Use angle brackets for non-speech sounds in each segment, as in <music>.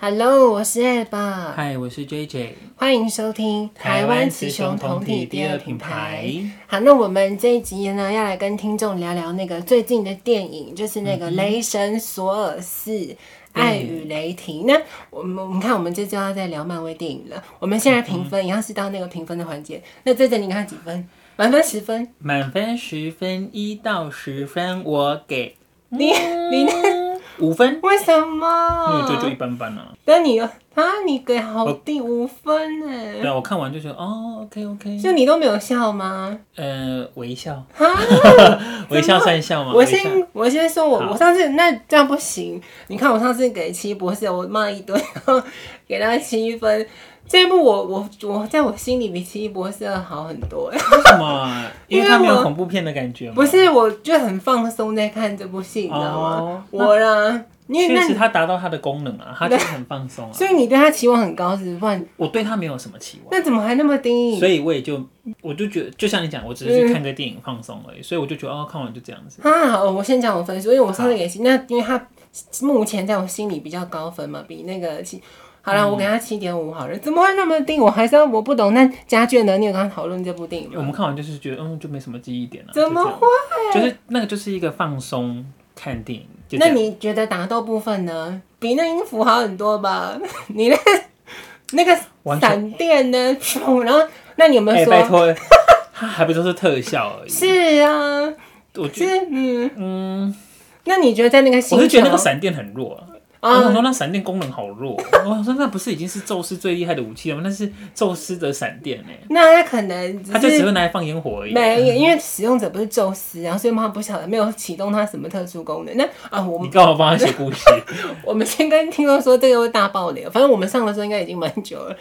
Hello，我是 a 爸，嗨，我是 JJ，欢迎收听台湾雌雄同体第二品牌。好，那我们这一集呢，要来跟听众聊聊那个最近的电影，就是那个《雷神索尔四》。爱与雷霆。那我们我们看，我们这就要再聊漫威电影了。我们现在评分，一样是到那个评分的环节。那这阵你给他几分？满分十分。满分十分，一到十分，我给你你五分，为什因为就就么一？般般啊。但你啊，你给好低五分呢对？啊，我看完就觉得哦，OK OK，就你都没有笑吗？呃，微笑，啊！微笑算笑吗？我微笑先我先说我，我好上次那这样不行。你看我上次给七博士，我骂一堆，然后给他七分。这一部我我我在我心里比七博士好很多， <laughs> 为什么？因为它没因为有我恐怖片的感觉吗？不是我就很放松在看这部戏，你知道吗？哦我啦，因为确那实你它达到它的功能 <laughs> 啊，它就是很放松啊。所以你对他期望很高是不是不然我对它没有什么期望，那怎么还那么低所？以我也就我就觉得，就像你讲，我只嗯是去看个电影放松而已，所以我就觉得哦，看完就这样子。啊，好，我先讲我分数，因为我上次给七，那因为他目前在我心里比较高分嘛，比那个七。好了，我给他七点五好了，怎么会那么低？我还是要我不懂。那家眷呢？你有跟他讨论这部电影我吗？们看完就是觉得，嗯，就没什么记忆点了、啊。怎么就这样？就是那个，就是一个放松看电影。就这那样你觉得打斗部分呢？比那音符好很多吧？你那那个完全闪电呢？咻然后那你有没哎、有说？拜托，它还不都是特效 <laughs> 而已。是啊，就我觉得，是嗯，嗯，那你觉得在那个星球？我是觉得那个闪电很弱、啊。我想啊，说，那闪电功能好弱。哦我想说，那不是已经是宙斯最厉害的武器了吗？那是宙斯的闪电呢、那他可能只他就只是会拿来放烟火而已。没有，因为使用者不是宙斯，然后所以他不晓得没有启动它什么特殊功能。那啊，我你们干嘛帮他写故事？我们先跟听众说这个会大爆雷，反正我们上的时候应该已经蛮久了。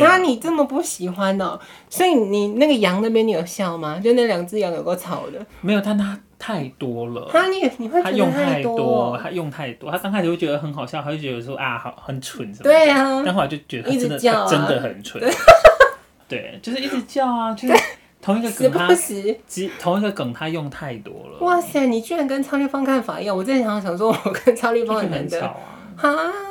那你这么不喜欢哦、所以你那个羊那边你有笑吗？就那两只羊有够吵的，没有，但他太多了。啊，你也你会他觉用得太多多，，他用太多，他刚开始会觉得很好笑，他就觉得说啊，好很蠢什么的。对啊但后来就觉得他一直真的叫啊他真的很蠢。 <laughs> 对，就是一直叫啊， <laughs> 就是同一个时梗他不时。只同一个梗他用太多了，哇塞，你居然跟超立方看法一样！我正想想说，我跟超立就方是很难很得吵啊。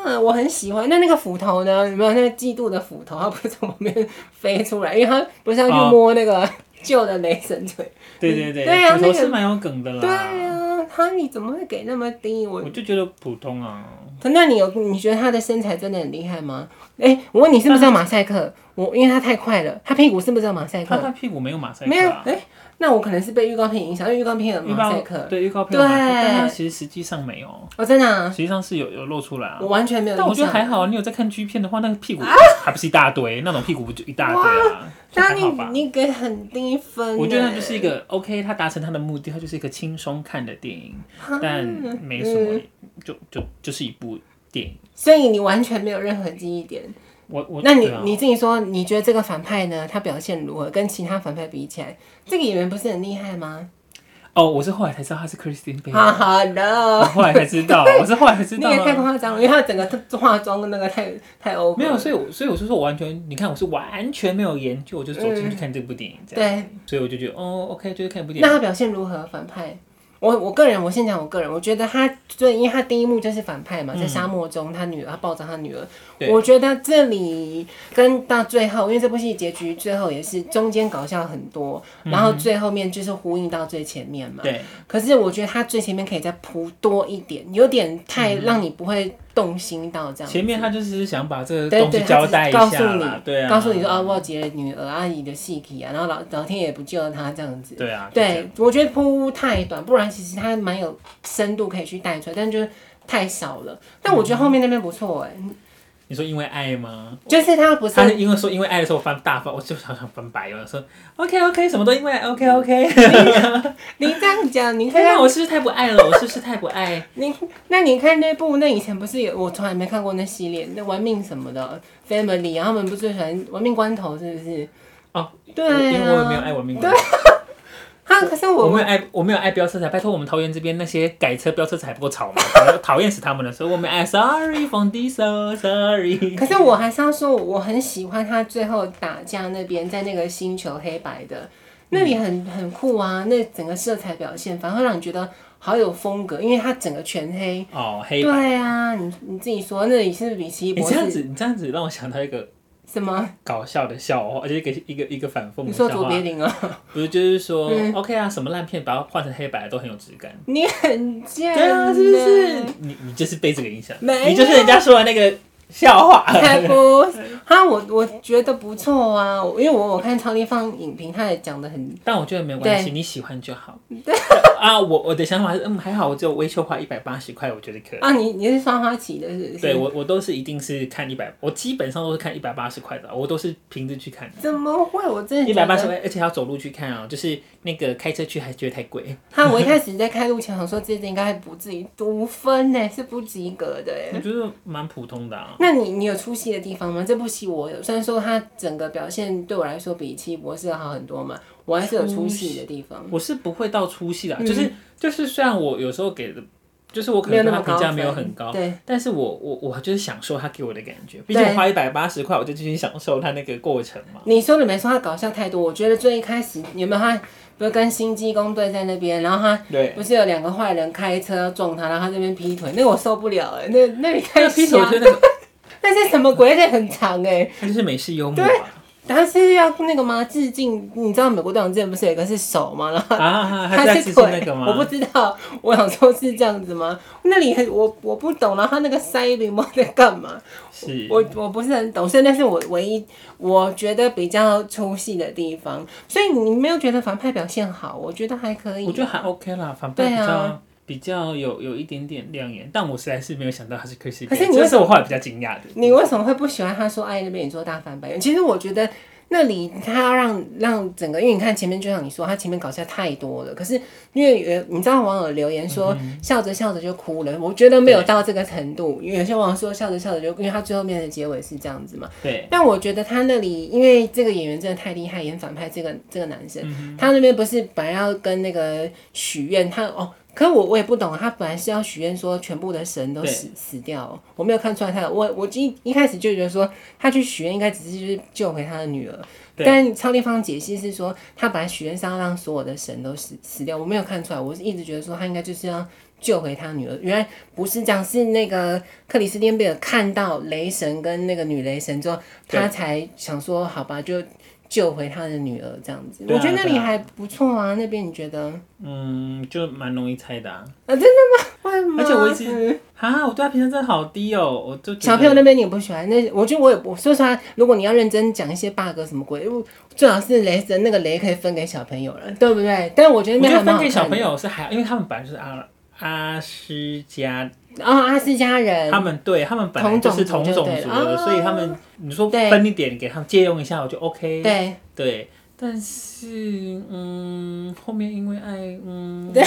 啊，我很喜欢。那那个斧头呢？有没有那个嫉妒的斧头？它不是从旁边飞出来，因为它不是要啊去摸那个 <laughs> 旧的雷神锤。对对对，对啊骨那头个是蛮有梗的啦。对啊，他你怎么会给那么低？我我就觉得普通啊，那你有你觉得他的身材真的很厉害吗？哎、我问你是不是叫马赛克？我因为他太快了，他屁股是不是叫马赛他克？他屁股没有马赛没克有啊哎、。那我可能是被预告片影响，因为预告片有预马赛告克。对预告片有马赛克，对但他其实实际上没有，哦，真的、啊实，际上是有有露出来啊我。完全没有印但象。我觉得还好，你有在看 G 片的话，那个屁啊股还不是一大堆，那种屁股不就一大堆啊？就那还你好吧。你给很低分、我觉得它就是一个 OK，它达成它的目的，它就是一个轻松看的电影，啊但没什嗯么，就就就是一部电影。所以你完全没有任何记忆点。我我那你、对啊你自己说，你觉得这个反派呢，他表现如何？跟其他反派比起来，这个演员不是很厉害吗？哦，我是后来才知道他是 Christine b a 哈 l 哈的，<laughs> 我后来才知道，我是后来才知你道也太啊。夸张了，因为他整个化妆那个太太 over 了。没有，所以我所以我就说，我完全你看，我是完全没有研究，我就走进嗯去看这部电影这样。对，所以我就觉得，哦，OK，就是看一部电那影。他表现如何？反派？我我个人，我先讲我个人，我觉得他最，因为他第一幕就是反派嘛，在沙漠中，他女儿，他抱着他女儿。嗯对我觉得这里跟到最后，因为这部戏结局最后也是中间搞笑很多，然后最后面就是呼应到最前面嘛。嗯对，可是我觉得他最前面可以再铺多一点，有点嗯太让你不会动心到这样。前面他就是想把这个对东对，西他交只代是一告诉下啦你，，对啊，告诉你说啊，我有姐的女儿阿姨的戏体啊，然后老老天爷不救他这样子。对啊，就这样对，我觉得铺太短，不然其实它蛮有深度可以去带出来，但就是太少了。但我觉得后面那边不错哎、嗯你说因为爱吗？就是它不是他是因为说因为爱的时候翻大翻，我就想想翻白眼，我说 OK OK 什么都因为 OK OK。嗯 <laughs> 你这样讲，你天看哪，我是不是太不爱了？我是不是太不爱？你那你看那部那以前不是有我从来没看过那系列那玩命什么的 Family，然后他啊们不是最喜欢玩命关头是不是？哦，对我因为我也没有啊，爱文明。哈，可是我我没有爱，我没有爱飙车仔。拜托，我们桃园这边那些改车飙车仔还不够吵吗？讨讨厌死他们了。所以我没爱，sorry <laughs> from this so sorry。 <laughs> 可是我还是要说，我很喜欢他最后打架那边，在那个星球黑白的。那里很很酷啊，那整个色彩表现，反而会让你觉得好有风格，因为它整个全黑。哦，黑白。对啊，你你自己说，那里是不是比奇异你博这样士子，你这样子让我想到一个什么？搞笑的笑话，而且一个一个一个反讽你的说笑卓别话，林啊？不是就是说、OK 啊，什么烂片把它换成黑白的都很有质感。 <laughs> 你很贱，对啊，是不 <laughs> 是？？你你就是被这个影响，没有你就是人家说的那个笑 <laughs> 话。才哎不是啊！我我觉得不错啊，因为我我看超立方影评，他也讲的很但我觉得没关系，对你喜欢就好。 <laughs> 啊，我我的想法是，嗯，还好，我只有微秀花一百八十块，我觉得可以。啊，嗯你你是双花旗的，是不是？对我我都是一定是看一百，我基本上都是看一百八十块的，我都是平日去看的。怎么会？我真的一觉百得八十块，而且还要走路去看啊、就是那个开车去还觉得太贵。他我一开始在开路前想说这支应该还不至于五分呢，是不及格的我耶。觉得蛮普通的啊。那你你有出戏的地方吗？这部戏我有，虽然说它整个表现对我来说比《奇异博士》好很多嘛，我还是有出戏的地方。我是不会到出戏的啊、就是就是，虽然我有时候给的，就是我可能嗯没有那对么他评价高没有分很高，对，但是我我我就是享受他给我的感觉，毕竟我花一百八十块，我就继续享受他那个过程嘛。你说的没错，他搞笑太多。我觉得最一开始有没有他不是跟新济公对在那边，然后他对，不是有两个坏人开车要撞他，然后他这边劈腿，那个我受不了哎，那那里那太个劈 <laughs> 腿我瞎觉，得那个啊那是什么鬼？那很长哎。他就是美式幽默啊他是要那个吗？致敬，你知道美国队长之前不是有一个是手吗？然后啊，他他在是吃腿，那个吗？我不知道，我想说是这样子吗？那里很我我不懂，然后他那个塞礼帽在干嘛？是，我我不是很懂，所以那是我唯一我觉得比较出戏的地方。所以你没有觉得反派表现好？我觉得还可以，啊我觉得还 OK 啦，反派比对啊较、比较有有一点点亮眼，但我实在是没有想到他是 Chris，可是 Pratt，你为这是我后来比较惊讶的。你为什么会不喜欢他说爱那边你说大翻白眼？其实我觉得那里他要让让整个，因为你看前面就像你说，他前面搞笑太多了。可是因为有你知道网友留言说、笑着笑着就哭了，我觉得没有到这个程度。因为有些网友说笑着笑着就，因为他最后面的结尾是这样子嘛。对，但我觉得他那里，因为这个演员真的太厉害，演反派这个这个男生，嗯他那边不是本来要跟那个许愿，他哦，可我我也不懂啊，他本来是要许愿说全部的神都对死死掉哦，我没有看出来他，我我一一开始就觉得说他去许愿应该只是就是救回他的女儿，对但超立方解析是说他本来许愿是要让所有的神都死死掉，我没有看出来，我是一直觉得说他应该就是要。救回他女儿，原来不是这样，是那个克里斯汀贝尔看到雷神跟那个女雷神之后，对他才想说好吧，就救回他的女儿这样子。对啊我觉得那里对啊还不错啊，那边你觉得？嗯，就蛮容易猜的啊。会吗？而且我一直嗯啊，我对他评价真的好低哦，我就觉得小朋友那边你也不喜欢，那我觉得我也我说实话，如果你要认真讲一些 bug 什么鬼，因为最好是雷神那个雷可以分给小朋友了，对不对？但我觉得我那觉边还蛮得分好给看小朋的。友是还，因为他们本来就是阿阿斯加，哦，阿斯加人，他们对他们本来就是同种同种族就族对的，了啊所以他们你说对分一点给他们借用一下，我就 OK。对，对但是嗯，后面因为爱 <laughs> 嗯对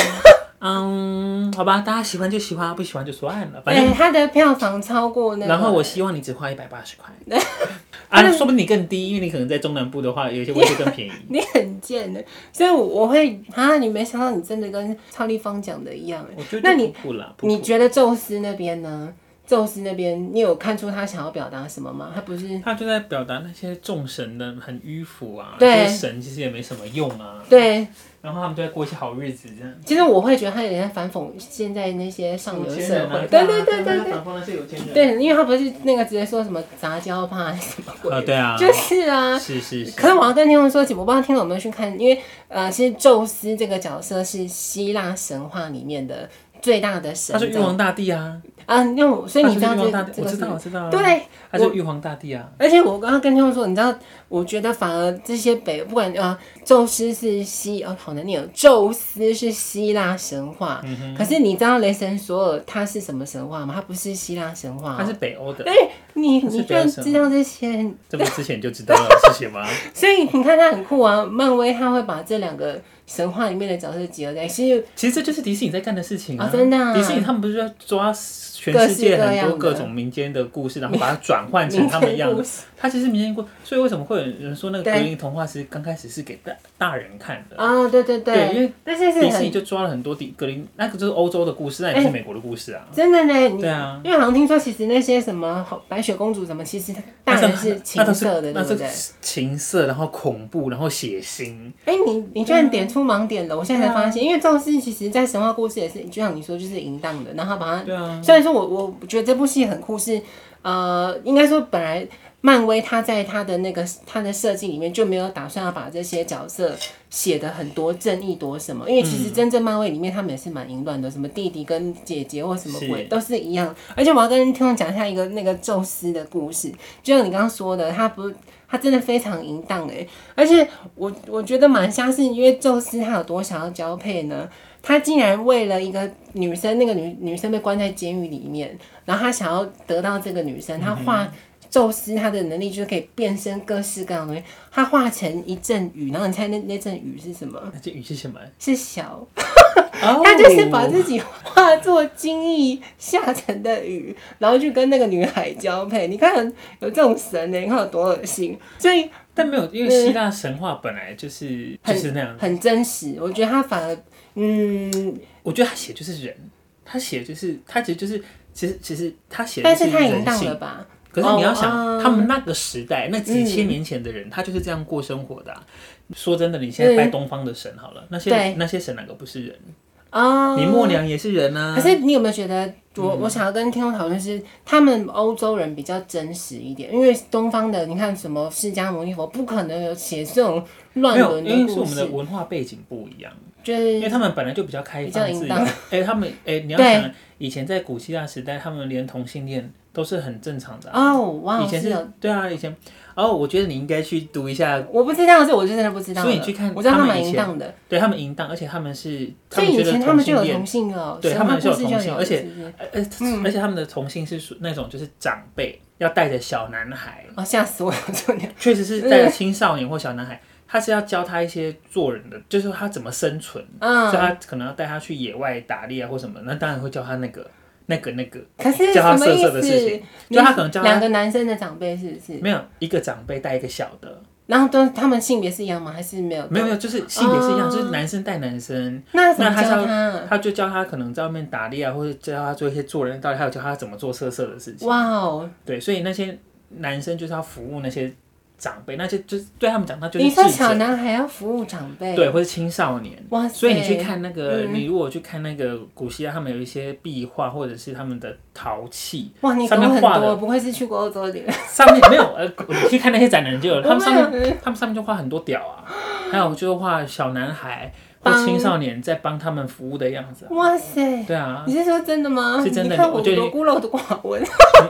嗯，好吧，大家喜欢就喜欢，不喜欢就算了，反哎、正。他的票房超过那个，然后我希望你只花一百八十块，啊，说不定你更低，因为你可能在中南部的话，有一些位置更便宜。 <laughs> 你很贱的，所以我我会啊，你没想到你真的跟超立方讲的一样，哎我觉得那你不啦，普普你觉得宙斯那边呢？宙斯那边，你有看出他想要表达什么吗？他不是他就在表达那些众神的很迂腐啊，对就是神其实也没什么用啊，对，然后他们就在过一些好日子这样。其实我会觉得他有点在反讽现在那些上流有社钱人会。啊，对对对对对，反方那些有钱人。对，因为他不是那个直接说什么杂交派什么鬼，啊，对啊，就是啊。是是是，可是我要跟听众说起，我不知道听众有没有去看，因为呃，其实宙斯这个角色是希腊神话里面的最大的神他是玉皇大帝啊，啊，那我所以他你知就是道这玉皇大帝，这我个知是道我知道啊，对，他是玉皇大帝啊，而且我刚刚跟听众说，你知道，我觉得反而这些北不管啊，宙斯是希哦，好难念哦，宙斯是希腊神话，嗯可是你知道雷神索尔他是什么神话吗？他不是希腊神话、他哦。是北欧的，哎、你他是你居北欧然神知道这些，这不是之前就知道了是什么？所以你看他很酷啊！漫威他会把这两个神话里面的角色集合在一起，其实其实这就是迪士尼在干的事情啊！啊真的啊迪士尼他们不是要抓全世各式界各很样的多各种民间的故事，然后把它转换成他们一样民间故的。它其实民间故，所以为什么会有人说那个对格林童话是刚开始是给大大人看的？啊，对对对因为那些是迪士尼很就抓了很多迪格林，那个就是欧洲的故事，那也是美国的故事啊。真的呢，你对啊因为好像听说其实那些什么好白雪公主什么，其实大那人是是情色的，那对不是对？情色，然后恐怖，然后 <laughs> 血腥。哎、你你居然嗯点出盲点了！我现在才发啊现，因为这种事情其实，在神话故事也是，就像你说，就是淫荡的，然后把它。对啊，虽然说我我觉得这部戏很酷是，呃，应该说本来漫威他在他的那个他的设计里面就没有打算要把这些角色写的很多正义多什么，因为其嗯实真正漫威里面他们也是蛮淫乱的，什么弟弟跟姐姐或什么鬼是都是一样。而且我要跟听众讲一下一个那个宙斯的故事，就像你刚刚说的，他不他真的非常淫荡哎，而且我我觉得蛮相信，因为宙斯他有多想要交配呢？他竟然为了一个女生，那个女女生被关在监狱里面，然后他想要得到这个女生，他画宙斯他的能力就是可以变身各式各样的东西，他画成一阵雨，然后你猜那那阵雨是什么？那这语是什么？是小 <laughs> 哦他就是把自己化作精液下沉的雨， <laughs> 然后去跟那个女孩交配。你看有这种神呢、你看有多恶心，所以但没有，因为希腊神话本来就是就是那样。很真实。我觉得他反而，嗯，我觉得他写就是人，他写就是他其实就是其实其实他写的但就是是太淫人荡了性。吧？可是你要想，哦他们那个时代，那几千嗯年前的人，他就是这样过生活的啊、说真的，你现在拜东方的神好了，那对些那些神哪个不是人？哦，你嗯默娘也是人啊。可是你有没有觉得我，我、想要跟听众讨论是，他们欧洲人比较真实一点，因为东方的你看什么释迦牟尼佛，不可能有写这种乱没有，伦因为的是故我们的事，文化背景不一样，就是因为他们本来就比较开比较放淫自由。荡哎、他们哎、你要对想，以前在古希腊时代，他们连同性恋都是很正常的啊、哦哇，以前是有是，对啊，以前哦，我觉得你应该去读一下，我不知道，这我就真的不知道了。所以你去看我知道他他蛮们以淫前荡的，对他们淫荡，而且他们是，所们以以觉得前他同们就性有恋同，性了，对神他话们是有故事同就性有，嗯而且是不是呃，呃而且他们的同性是属那种就是长辈要带着小男孩，哦吓死我了，这个确实是带着青少年或小男孩，他是要教他一些做人的，就是他怎么生存。所以嗯，他可能要带他去野外打猎啊或什么，那当然会教他那嗯个、那个、那个，可是教什他么色意色的事情思？就他可能教两他个男生的长辈是不是？没有一个长辈带一个小的，然后都他们性别是一样吗？还是没有？没有没有，就是性别是一哦样，嗯就是男生带男生，那怎那么他教教他？他就教他可能在外面打猎啊，或者教他做一些做人的道理，还有教他怎么做色色的事情。哇哦！对，所以那些男生就是要服务那些长辈，那些就是对他们讲，那就是你说智小者，男孩要服务长辈，对，或是青少年。哇塞！所以你去看那个，嗯你如果去看那个古希腊，他们有一些壁画或者是他们的陶器，哇，你上懂面很画多，的不愧是去过欧洲的人。上面 <laughs> 没有呃，你去看那些展览就有，他们上我没面他们上面就画很多屌啊，还有就是画小男孩或帮青少年在帮他们服务的样子啊、哇塞！对啊， <laughs> 你是说真的吗？是真的你看我我觉得多孤陋多寡闻。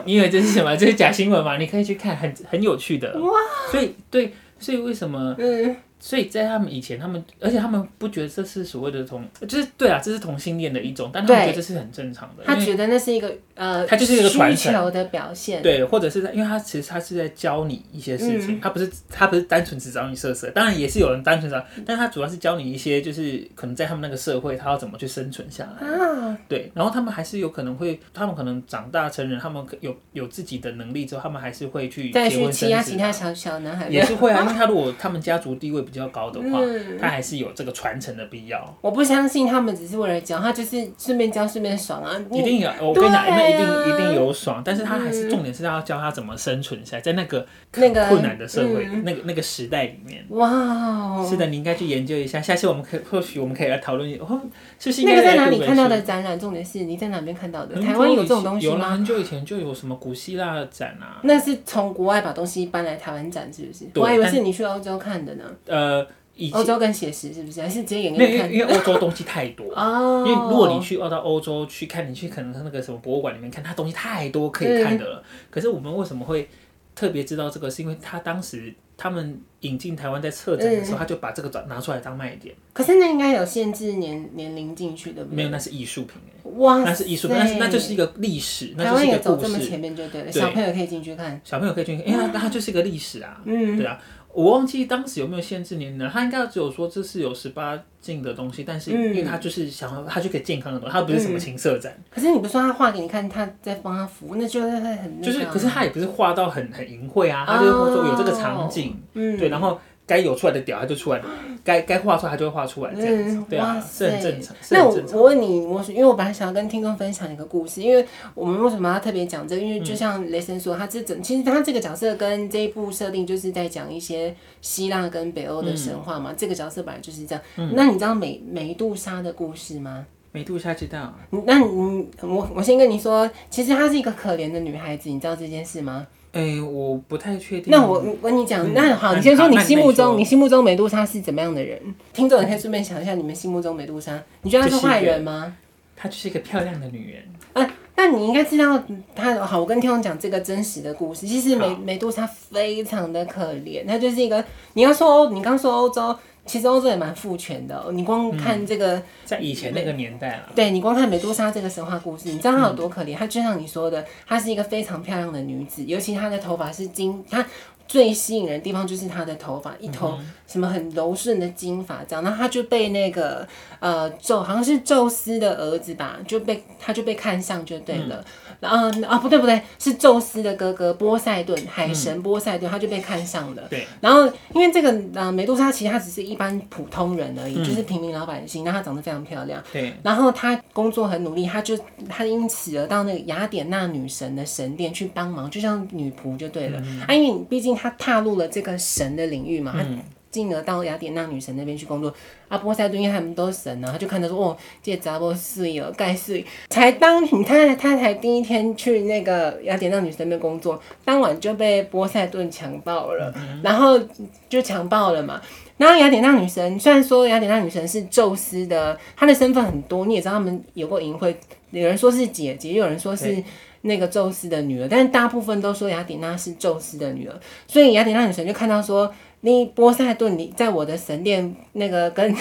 你以为这是什么？这是假新闻吗？你可以去看，很很有趣的。哇！所以对，所以为什么？嗯，所以在他们以前，他们而且他们不觉得这是所谓的同，就是对啊，这是同性恋的一种，但他们对觉得这是很正常的，他因为觉得那是一个呃，他就是一个传需承求的表现。对，或者是在，因为他其实他是在教你一些事嗯情，他不是他不是单纯只找你色色，当然也是有人单纯找，但他主要是教你一些，就是可能在他们那个社会，他要怎么去生存下来。啊，对，然后他们还是有可能会，他们可能长大成人，他们有有自己的能力之后，他们还是会去再结去婚欺压生其子他啊。小小男孩。也是会啊，因为他如果他们家族地位比较高的话，嗯他还是有这个传承的必要。我不相信他们只是为了教，他就是顺便教顺便爽啊！一定有，我对跟你讲，那一啊定一定有爽，但是他还是重点是要教他怎么生存下来，在那个那个困难的社会、嗯那个那个时代里面。哇哦，是的，你应该去研究一下。下次我们可或许我们可以来讨论，哦，是不是应那该个在来哪读里本看到书的展览？重点是你在哪边看到的？很台湾久有嗯以这种东西有吗？啦很久以前就有什么古希腊展啊，那是从国外把东西搬来台湾展，是不是？对我还以为但是你去欧洲看的呢。呃，以欧前洲更写实，是不是？还是直接演没有，给你因为看？。因为欧洲东西太多哦因，为如果你去澳到欧洲去看，你去可能那个什么博物馆里面看，它东西太多可以看的了。可是我们为什么会特别知道这个？是因为他当时他们引进台湾在策展的时候，他就把这个拿出来当卖点。可是那应该有限制年年龄进去，对不没对？有，那是艺术品哎，哇塞，那是艺术品，那是那就是一个历史，那台就是湾一也个走故这么事。前面就对了，对小朋友可以进去看。哎小朋友可以去，因为它它就是一个历史啊，嗯对啊。我忘记当时有没有限制年龄了，他应该只有说这是有十八禁的东西，但嗯是因为他就是想要他去给健康的东西，他不是什么情色展，可是你不是说他画给你看，他在帮他服务，那啊就是很就是可是是他也不是画到很很淫秽啊，他就是说有这个场景，嗯对，然后该有出来的屌他就出来，该该画出来他就会画出来，这样子嗯，，对哇啊，是塞很正常，是那很我正常。我问你，我是因为我本来想要跟听众分享一个故事，因为我们为什么要特别讲这个？因嗯为就像雷神说，他这整其实他这个角色跟这一部设定就是在讲一些希腊跟北欧的神话嗯嘛。这个角色本来就是这样。那你知道美美杜莎的故事吗？啊美杜莎知道，啊那你我我先跟你说，其实她是一个可怜的女孩子，你知道这件事吗？哎，我不太确定。啊那我我跟你讲，嗯那好，那你先说好你那你心目先说中你心目中美杜莎是怎么样的人？听众也可以顺便想一下，你们心目中美杜莎，你觉得她就是是一个坏人吗？她就是一个漂亮的女人，啊，那你应该知道他好。我跟听众讲这个真实的故事。其实美好美杜莎非常的可怜，她就是一个你要说欧，你刚说欧洲，其实欧洲也蛮父权的哦、你光看嗯这个，在以前那个年代啊啦，对你光看美杜莎这个神话故事，你知道她有多可怜？她就像你说的，她是一个非常漂亮的女子，尤其她的头发是金，她。最吸引人的地方就是她的头发，一头什么很柔顺的金发这样，然后她就被那个呃宙好像是宙斯的儿子吧，就被他就被看上就对了。然后啊不对不对，是宙斯的哥哥波塞顿，海神波塞顿，他就被看上了。对。然后因为这个呃美杜莎其实她只是一般普通人而已，就是平民老百姓，那她长得非常漂亮。对，然后她工作很努力，她就她因此而到那个雅典娜女神的神殿去帮忙，就像女仆就对了。啊，因为你毕竟她踏入了这个神的领域嘛，她进而到雅典娜女神那边去工作。啊，波塞冬因为他们都是神啊，他就看到说，哦，这杂波碎哦，盖碎。才当你他他才第一天去那个雅典娜女神那边工作，当晚就被波塞顿强暴了，然后就强暴了嘛。然后雅典娜女神虽然说雅典娜女神是宙斯的，她的身份很多，你也知道他们有过淫秽，有人说是姐姐，也有人说是那个宙斯的女儿，但是大部分都说雅典娜是宙斯的女儿，所以雅典娜女神就看到说，你波塞顿你在我的神殿那个跟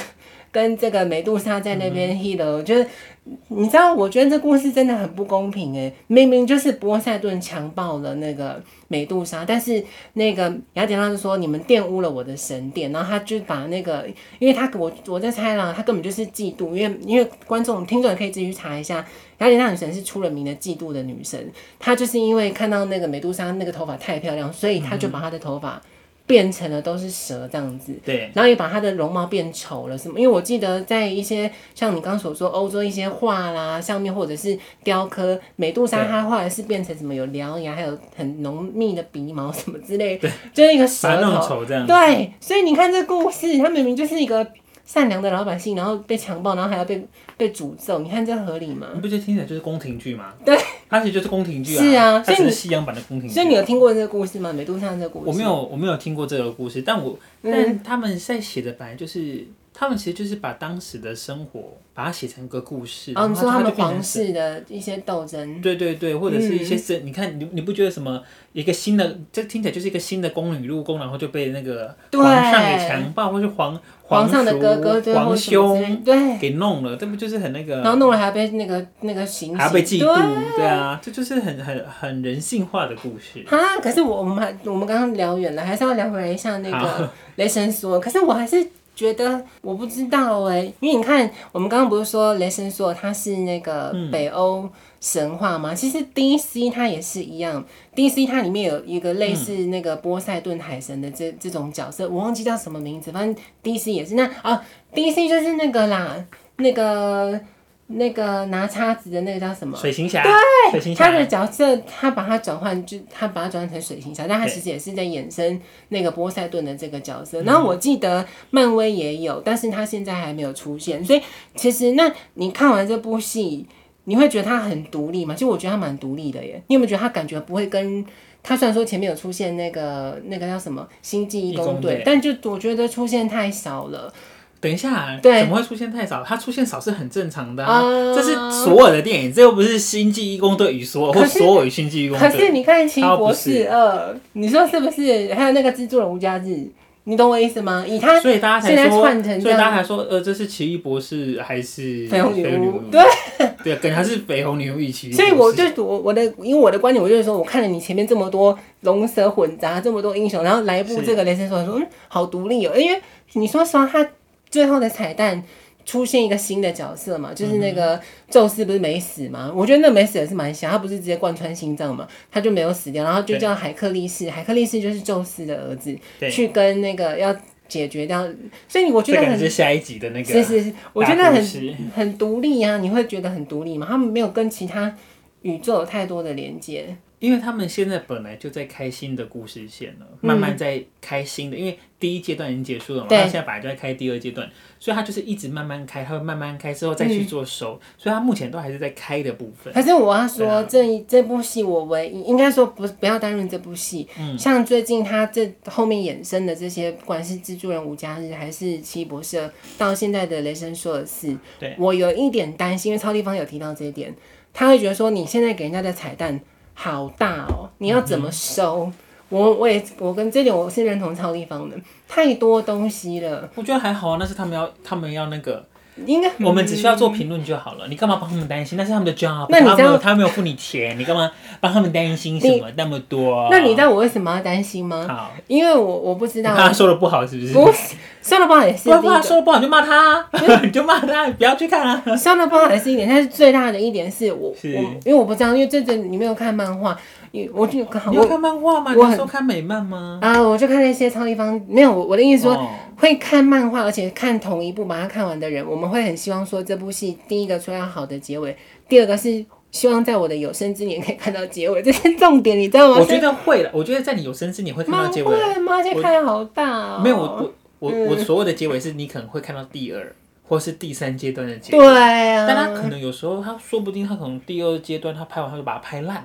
跟这个美杜莎在那边 h e 我觉得你知道，我觉得这故事真的很不公平哎，明明就是波塞顿强暴了那个美杜莎，但是那个雅典娜就说你们玷污了我的神殿，然后他就把那个，因为他我我在猜啦，他根本就是嫉妒，因为因为观众听众也可以自己去查一下，雅典娜女神是出了名的嫉妒的女神，她就是因为看到那个美杜莎那个头发太漂亮，所以她就把她的头发变成了都是蛇这样子。对，然后也把她的容貌变丑了什么？因为我记得在一些像你刚刚所说欧洲一些画啦上面，或者是雕刻美杜莎，对她后来是变成什么有獠牙，还有很浓密的鼻毛什么之类，就是一个把舌她弄头。丑这样，对，啊所以你看这故事，他明明就是一个善良的老百姓，然后被强暴，然后还要被被诅咒，你看这合理吗？你不觉得听起来就是宫廷剧吗？对，它其实就是宫廷剧啊，是啊它所以只你是西洋版的宫廷剧啊所以。你有听过这个故事吗？美杜莎这个故事？嗯我没有，我没有听过这个故事，但我嗯但他们在写的本来就是，他们其实就是把当时的生活把它写成一个故事，哦，然你后说他它就们变成皇室的一些斗争，对对对，或者是一些嗯是，你看你你不觉得什么一个新的，这听起来就是一个新的宫女入宫，然后就被那个对皇上给强暴，或是皇皇上的叔哥哥对或皇者什么之类兄对，给弄了，这不就是很那个，然后弄了还要被那个那个行刑，还要被嫉对妒，对啊，这就是很很很人性化的故事。哈，可是我我们还我们刚刚聊远了，还是要聊回来一下那个雷神索。可是我还是觉得我不知道哎、因为你看，我们刚刚不是说雷神索他是那个嗯北欧神话吗？其实 DC 它也是一样，DC 它里面有一个类似嗯那个波塞顿海神的这这种角色，我忘记叫什么名字，反正 DC 也是那啊，DC 就是那个啦，那个那个拿叉子的那个叫什么？水行侠，水行他的侠，角色，他把他转换，就他把他转换成水行侠，但他对嗯其实也是在衍生那个波塞顿的这个角色。然后我记得漫威也有，但是他现在还没有出现。所以其实，那你看完这部戏，你会觉得他很独立吗？其实我觉得他蛮独立的耶。你有没有觉得他感觉不会跟他虽然说前面有出现那个那个叫什么星际义义工工队队，但就我觉得出现太少了。等一下，对怎么会出现太少？他出现少是很正常的啊，啊这是索尔的电影，这又不是《星际义工队》与索尔，可或是索尔与《星际义工可队》。是你看《七他国不是四二》，你说是不是？还有那个蜘蛛人无家日，你懂我意思吗？以他所以大家才现在说，串成这样所以大家才说，呃，这是奇异博士还是绯红女绯巫红，对，对对，感觉他是北红女巫与其余所以博我士就我我的，因为我的观点，我就是说，我看了你前面这么多龙蛇混杂，这么多英雄，然后来一部是这个雷神索尔，说嗯，好独立哦。因为你说实话，他最后的彩蛋出现一个新的角色嘛，就是嗯那个宙斯不是没死嘛？我觉得那没死也是蛮瞎，他不是直接贯穿心脏嘛，他就没有死掉，然后就对叫海克力士，海克力士就是宙斯的儿子，对去跟那个要解决掉。所以我觉这得感很觉是下一集的那个是是是，我觉得大故很事很独立啊，你会觉得很独立吗？他们没有跟其他宇宙有太多的连接，因为他们现在本来就在开新的故事线了，慢慢在开新的，因为第一阶段已经结束了嘛，嗯对他现在本来就在开第二阶段，所以他就是一直慢慢开，他会慢慢开之后再去做收，嗯所以他目前都还是在开的部分。可是我要对啊说，这一这部戏我唯一应该说不不要担任这部戏。嗯像最近他这后面衍生的这些，不管是蜘蛛人无家日还是奇异博士，到现在的雷神索尔四，对我有一点担心，因为超立方有提到这一点，他会觉得说你现在给人家的彩蛋好大哦，你要怎么收？嗯我我也我跟这点我是认同超立方的，太多东西了，我觉得还好啊，那是他们要他们要那个，应该我们只需要做评论就好了，你干嘛帮他们担心？那是他们的 job，那你他这没样有他没有付你钱，你干嘛帮他们担心什么那么多？那你知道我为什么要担心吗？好，因为我我不知道，啊 <laughs> 怕他说的不好是不是？不是算了不好也是不然一怕他个，说的不好你就骂他 <laughs> 啊，你就骂他，你不要去看啊。算了不好也是一点，但是最大的一点是我是我因为我不知道，因为这阵你没有看漫画，因为我就啊你有我看漫画吗？你我那很时候看美漫吗？啊我就看了一些超立方，没有我我的意思说。哦会看漫画，而且看同一部把它看完的人，我们会很希望说这部戏第一个出来好的结尾，第二个是希望在我的有生之年可以看到结尾，这是重点，你知道吗？我觉得会了，我觉得在你有生之年会看到漫结尾。画妈这看好大哦，没有，我我我嗯我所谓的结尾是你可能会看到第二或是第三阶段的结尾，对啊，但他可能有时候他说不定他可能第二阶段他拍完他就把它拍烂了。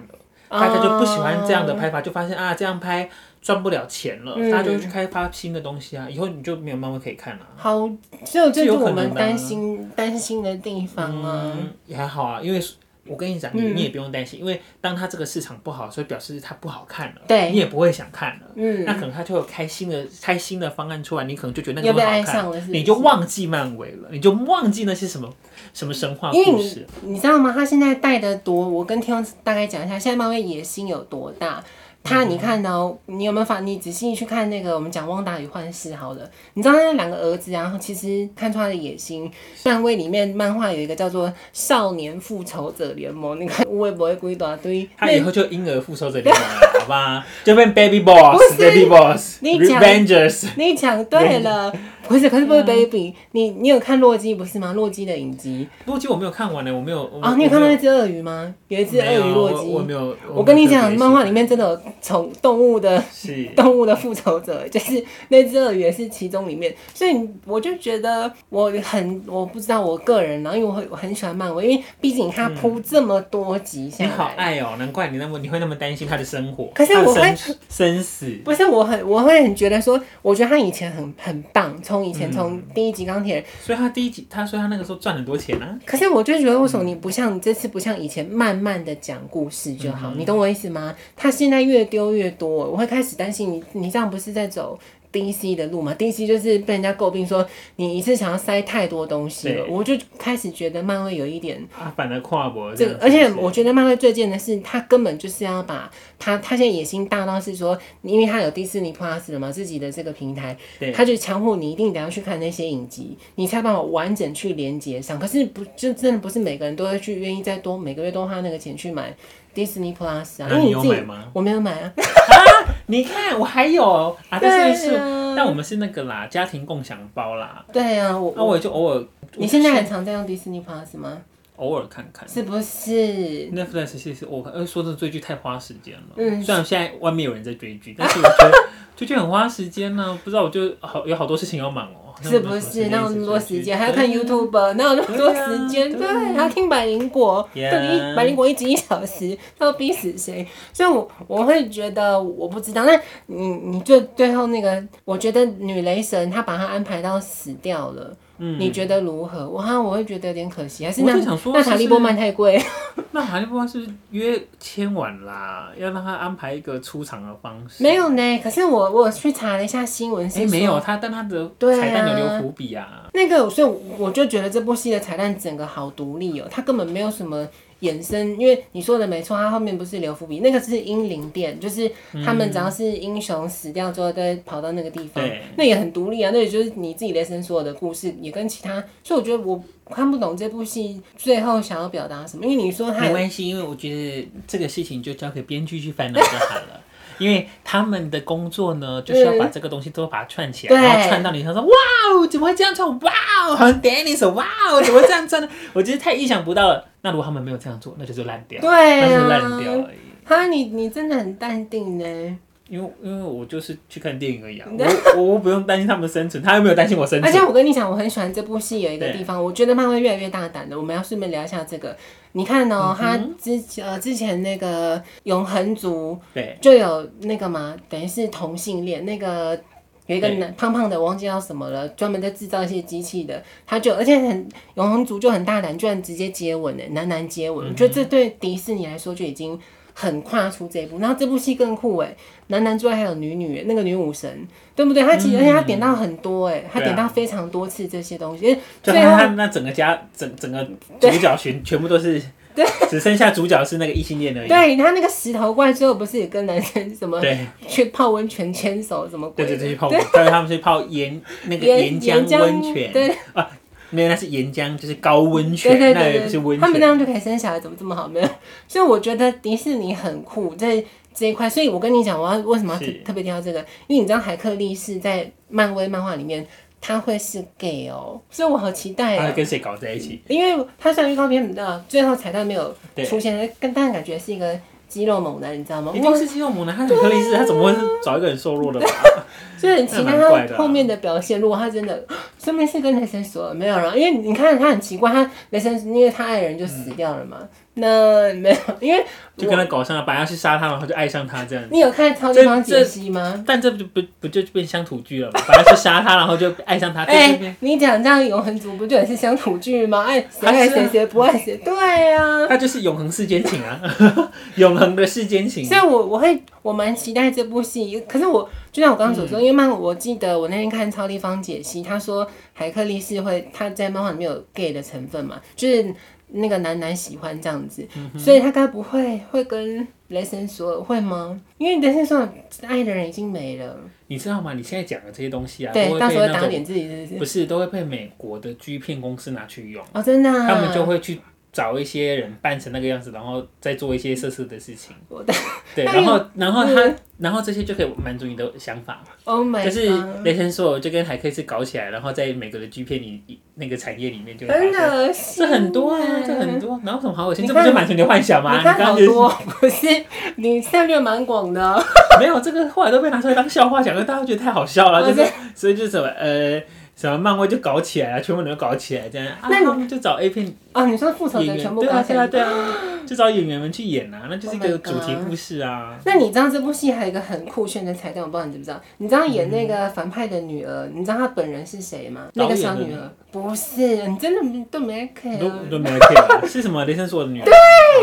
啊大家就不喜欢这样哦的拍法，就发现啊，这样拍赚不了钱了，嗯大家就去开发新的东西啊，以后你就没有漫威可以看了、好，所以这就是有可我能们的啊担心担心的地方啊。嗯，也还好啊，因为我跟你讲，你嗯你也不用担心，因为当它这个市场不好，所以表示它不好看了，对你也不会想看了。嗯那可能它就有开新的开新的方案出来，你可能就觉得那又个被很爱好上了是不是看，你就忘记漫威了，你就忘记那些什么什么神话因为故你事。你知道吗？他现在带的多，我跟天佑大概讲一下，现在漫威野心有多大。他你看哦，你有没有发？你仔细去看那个我们讲《汪达与幻视》好了，你知道他那两个儿子啊，然后其实看出他的野心。漫威里面漫画有一个叫做《少年复仇者联盟》，那个 <laughs> 微博会归一大堆。他那以后就婴儿复仇者联盟了，好吧？ <laughs> 就变 Baby Boss，Baby 你讲 Boss，Revengers。 <laughs> 你讲对了，不是，可是不是 baby，你你有看洛基不是吗？洛基的影集洛基我没有看完呢，我没有。我啊，你有看到我没那只鳄鱼吗？有一只鳄没有鱼洛基，我我没有。我跟你没有特讲，别漫画喜里面真的有宠动物 <laughs> 的是动物的复仇者，就是那只鳄鱼也是其中里面，所以我就觉得我很我不知道我个人啊呢，因为我很我很喜欢漫威，因为毕竟它铺这么多集下你来，好爱哦，难怪你那么你会那么担心他的生活，可是他的我会生生死。不是我很我会很觉得说，我觉得他以前很很棒，从以前嗯从第一集钢铁人，所以他第一集，他所以他那个时候赚很多钱啊。可是我就觉得为什么你不像你这次不像以前慢慢的讲故事就好，你懂我意思吗？他现在越丢越多，我会开始担心你，你这样不是在走。DC 的路嘛，DC 就是被人家诟病说你一次想要塞太多东西了，对我就开始觉得漫威有一点啊，反而跨博这个，而且我觉得漫威最贱的是，他根本就是要把他他现在野心大到是说，因为他有迪士尼 Plus 了嘛，自己的这个平台，对他就强迫你一定得要去看那些影集，你才把我完整去连接上。可是不，就真的不是每个人都会去愿意再多每个月多花那个钱去买 Disney Plus 啊，因为那你你有自己买吗我没有买啊，你看我还有啊，但是对是啊，但我们是那个啦，家庭共享包啦。对啊，我那我也就偶尔，你现在我很常在用 Disney Plus 吗？偶尔看看。是不是？ Netflix 其实我看，呃，说真的，追剧太花时间了。嗯虽然现在外面有人在追剧，但 <laughs> 是我觉得追剧很花时间呢、不知道，我就好有好多事情要忙哦。是不是？那哪有那么多时间？还要看 YouTube。 YouTube，哪有那么多时间？啊对对，啊还要听百灵果， Yeah 到底一百灵果一集一小时，他要逼死谁？所以我，我会觉得我不知道。那你你最最后那个，我觉得女雷神她把她安排到死掉了，嗯你觉得如何？我哈，我会觉得有点可惜，还是我那就想说那是不塔利是波曼太贵。 <laughs> 那哈利波特是不是约签完啦，要让他安排一个出场的方式。没有呢，可是我我去查了一下新闻，哎、是没说有他，但他的对啊彩蛋有有留伏笔啊。那个，所以我就觉得这部戏的彩蛋整个好独立哦，它根本没有什么衍生，因为你说的没错，它后面不是留伏笔，那个是英灵殿，就是他们只要是英雄死掉之后，都会跑到那个地方，对那也很独立啊，那也就是你自己雷神所有的故事，也跟其他，所以我觉得我看不懂这部戏最后想要表达什么，因为你说它没有关系，因为我觉得这个事情就交给编剧去烦恼就好 <laughs> 了。因为他们的工作呢，就是要把这个东西都把它串起嗯来，对然后串到你身上说哇哦，怎么会这样串？哇 <laughs> 哦，好像 Dennis，哇哦，怎么会这样串呢？我觉得太意想不到了。那如果他们没有这样做，那就是烂掉，对那就是烂掉啊，而已。哈，你你真的很淡定呢，因为因为我就是去看电影而 <laughs> 已啊，我我我不用担心他们生存，他又没有担心我生而且存。我跟你讲，我很喜欢这部戏有一个对地方，我觉得漫威越来越大胆的。我们要顺便聊一下这个。你看嗯哦、他之呃之前那个永恒族对，就有那个嘛，等于是同性恋那个。有一个对男胖胖的，我忘记叫什么了，专门在制造一些机器的，他就而且很永恒族就很大胆，居然直接接吻呢，男男接嗯吻，我觉得这对迪士尼来说就已经很跨出这一步。然后这部戏更酷哎，男男之外还有女女哎，那个女武神，对不对？他其实、而且他点到很多哎，他嗯对啊点到非常多次这些东西，就最后他他那整个家整整个主角群全部都是，只剩下主角是那个异性恋而已。对他那个石头怪最后不是也跟男生什么对，去泡温泉牵手什么鬼的？对对对，去泡温泉，还有他们去泡岩那个岩浆温泉，对啊，没有那是岩浆，就是高温泉，对对那对也对不是温他们那泉。样就可以生小孩，怎么这么好？没有， <laughs> 所以我觉得迪士尼很酷在这一块。所以我跟你讲，我要为什么要特是特别提到这个？因为你知道海克力士在漫威漫画里面他会是 gay 哦，所以我好期待他哦。跟谁搞在一起？因为他虽然预告片的最后彩蛋没有对出现，但但感觉是一个肌肉猛男，你知道吗？一定是肌肉猛男，他很克力啊斯，他怎么会是找一个很瘦弱的吧？所以很期待那蛮怪的他啊后面的表现。如果他真的 <gasps> 说明是跟雷神索尔没有了，因为你看他很奇怪，他雷神因为他爱人就死掉了嘛。那没有，因为就跟他搞上了，本来要去杀他，然后就爱上他这样子。你有看超立方这解析吗？但这不就不不就变乡土剧了吗？本来去杀他，然后就爱上他，啊对哎、对对，你讲这样永恒族不就也是乡土剧吗？爱谁啊爱是啊谁，谁不爱谁？对啊。他就是永恒世间情啊， <laughs> 永恒的世间情所。以我，我会我蛮期待这部戏。可是我就像我刚刚所嗯说，因为漫，我记得我那天看超立方解析，他说海克力士会他在漫画里面有 gay 的成分嘛，就是那个男男喜欢这样子，嗯所以他该不会会跟雷神索尔会吗？因为雷神索尔爱的人已经没了，你知道吗？你现在讲的这些东西啊，都对，会到时被候会那打种脸自己是不是？不是都会被美国的 G 片公司拿去用。哦，真的、啊，他们就会去找一些人扮成那个样子，然后再做一些色色的事情我。对，哎呦然后然后嗯他，然后这些就可以满足你的想法， Oh my，就 god 是雷神说就跟海克斯搞起来，然后在美国的 G 片里那个产业里面就会真发生。的，这很多啊，这很多。多，然后什么好恶心？你这看不就满足你的幻想吗？你你刚看好刚就是多，啊不是你策略蛮广的哦、没有这个，后来都被拿出来当笑话讲，因为大家觉得太好笑了，哦就是所以就是什么呃什么漫威就搞起来了，全部人都搞起来这样啊，那你他们就找 A 片啊，你说复仇演者员全部对搞啊起对啊来。对啊，就找演员们去演啊，那就是一 Oh my 个 god 主题故事啊。那你知道这部戏还有一个很酷炫的彩蛋，我不知道你知不知道？你知道演那个反派的女儿，你知道她本人是谁吗？那个小女嗯导演的儿不是，你真的都没看都啊。都没有 care 是什么？雷神索尔的女儿对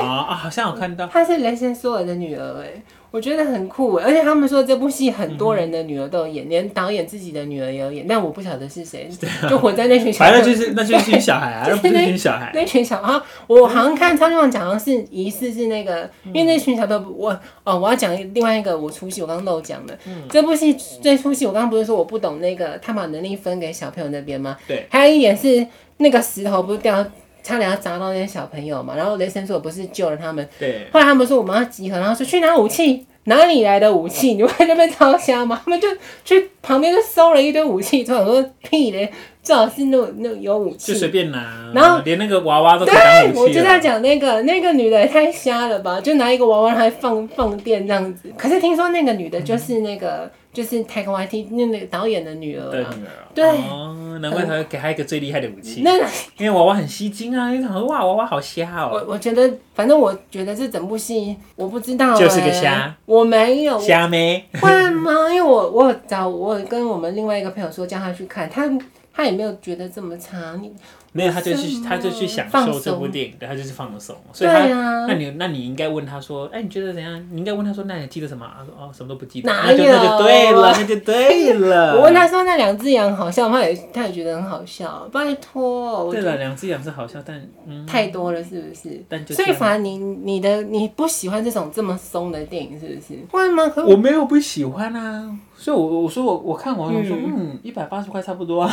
啊啊，好像有看到。她是雷神索尔的女儿，哎，我觉得很酷哎。而且他们说这部戏很嗯多人的女儿都有演，连导演自己的女儿也有演，但我不晓得是谁，就活在那群小啊反正就是那就是一群小孩啊， <laughs> 对那不是一群小孩。那群小啊，我好像看超级网讲，好像是疑似是那个，因为那群小朋友，我哦，我要讲另外一个我出戏，我刚刚漏讲了。这部戏最出戏，我刚刚不是说我不懂那个他把能力分给小朋友那边吗？对。还有一点是那个石头不是掉，差点要砸到那些小朋友嘛，然后雷神索尔不是救了他们，对，后来他们说我们要集合，然后说去拿武器，哪里来的武器？你们在那边抄瞎吗？ <laughs> 他们就去旁边就搜了一堆武器，之后我说屁嘞，最好是那种那种有武器就随便拿，然后连那个娃娃都可以当武哎我器啊就在了。讲那个那个女的也太瞎了吧，就拿一个娃娃还放放电这样子。可是听说那个女的就是那个、就是 t a k y t 那那个导演的女儿的啊，女儿啊，对嗯哦，难怪他会给他一个最厉害的武器，那因为娃娃很吸睛啊，因为想说哇，娃娃好瞎我哦，我觉得，反正我觉得这整部戏我不知道、欸，就是个瞎，我没有瞎妹，会吗？因为我我有找我有跟我们另外一个朋友说叫他去看，他他也没有觉得这么差，你没有，他就去什么他就去享放受这部松电影，对，他就去放松。对所以他，啊那，你那你应该问他说，哎，你觉得怎样？你应该问他说，那你记得什么啊？他说哦，什么都不记得。哪那就那就有对了，那就对 <laughs> 了。我问他说那两只羊好笑吗，他也他也觉得很好笑。拜托，我对觉得了，两只羊是好笑，但嗯，太多了，是不是？但就所这以样反而你你的你不喜欢这种这么松的电影，是不是？会吗？可我没有不喜欢啊，所以我我说我我看网友说，嗯，一百八十块差不多啊，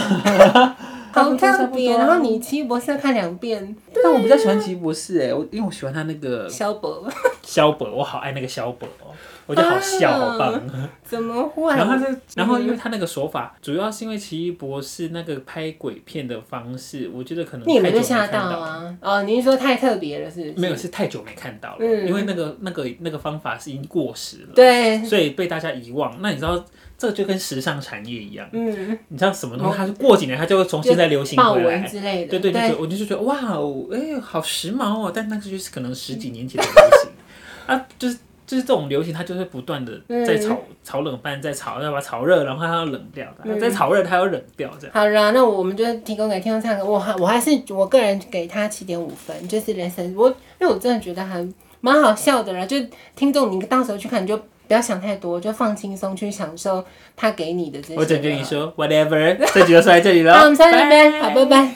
差好不多差特不别。多啊。然后你奇异博士要看两遍，但我比较喜欢吉博士哎、我因为我喜欢他那个肖博肖伯，我好爱那个肖伯哦，我觉得好笑，啊好棒。怎么然后会？他是，然后因为他那个手法，主要是因为奇异博士那个拍鬼片的方式，我觉得可能你也太没久被没吓看到到。啊？哦，你是说太特别了，是不是？没有，是太久没看到了，嗯嗯因为那个那个那个方法是已经过时了，对，所以被大家遗忘。那你知道，这就跟时尚产业一样，嗯，你知道什么东西，它就过几年它就会重新再流行豹回来纹。之类的，对对对，我就觉得哇哦，哎、好时髦哦！但那个就是可能十几年前的流 <laughs> 行啊，就是就是这种流行，它就是不断的在炒、炒冷饭，在炒，要把它炒热，然后它要冷掉，嗯再炒热它要冷掉，这样。好啦，那我们就提供给听众参考。我还我还是我个人给他七点五分，就是人生我，因为我真的觉得还蛮好笑的啦。就听众，你到时候去看，你就不要想太多，就放轻松去享受他给你的这些。我只能跟你，说，whatever，这集就说到这里了。那我们下次再见，好，拜拜。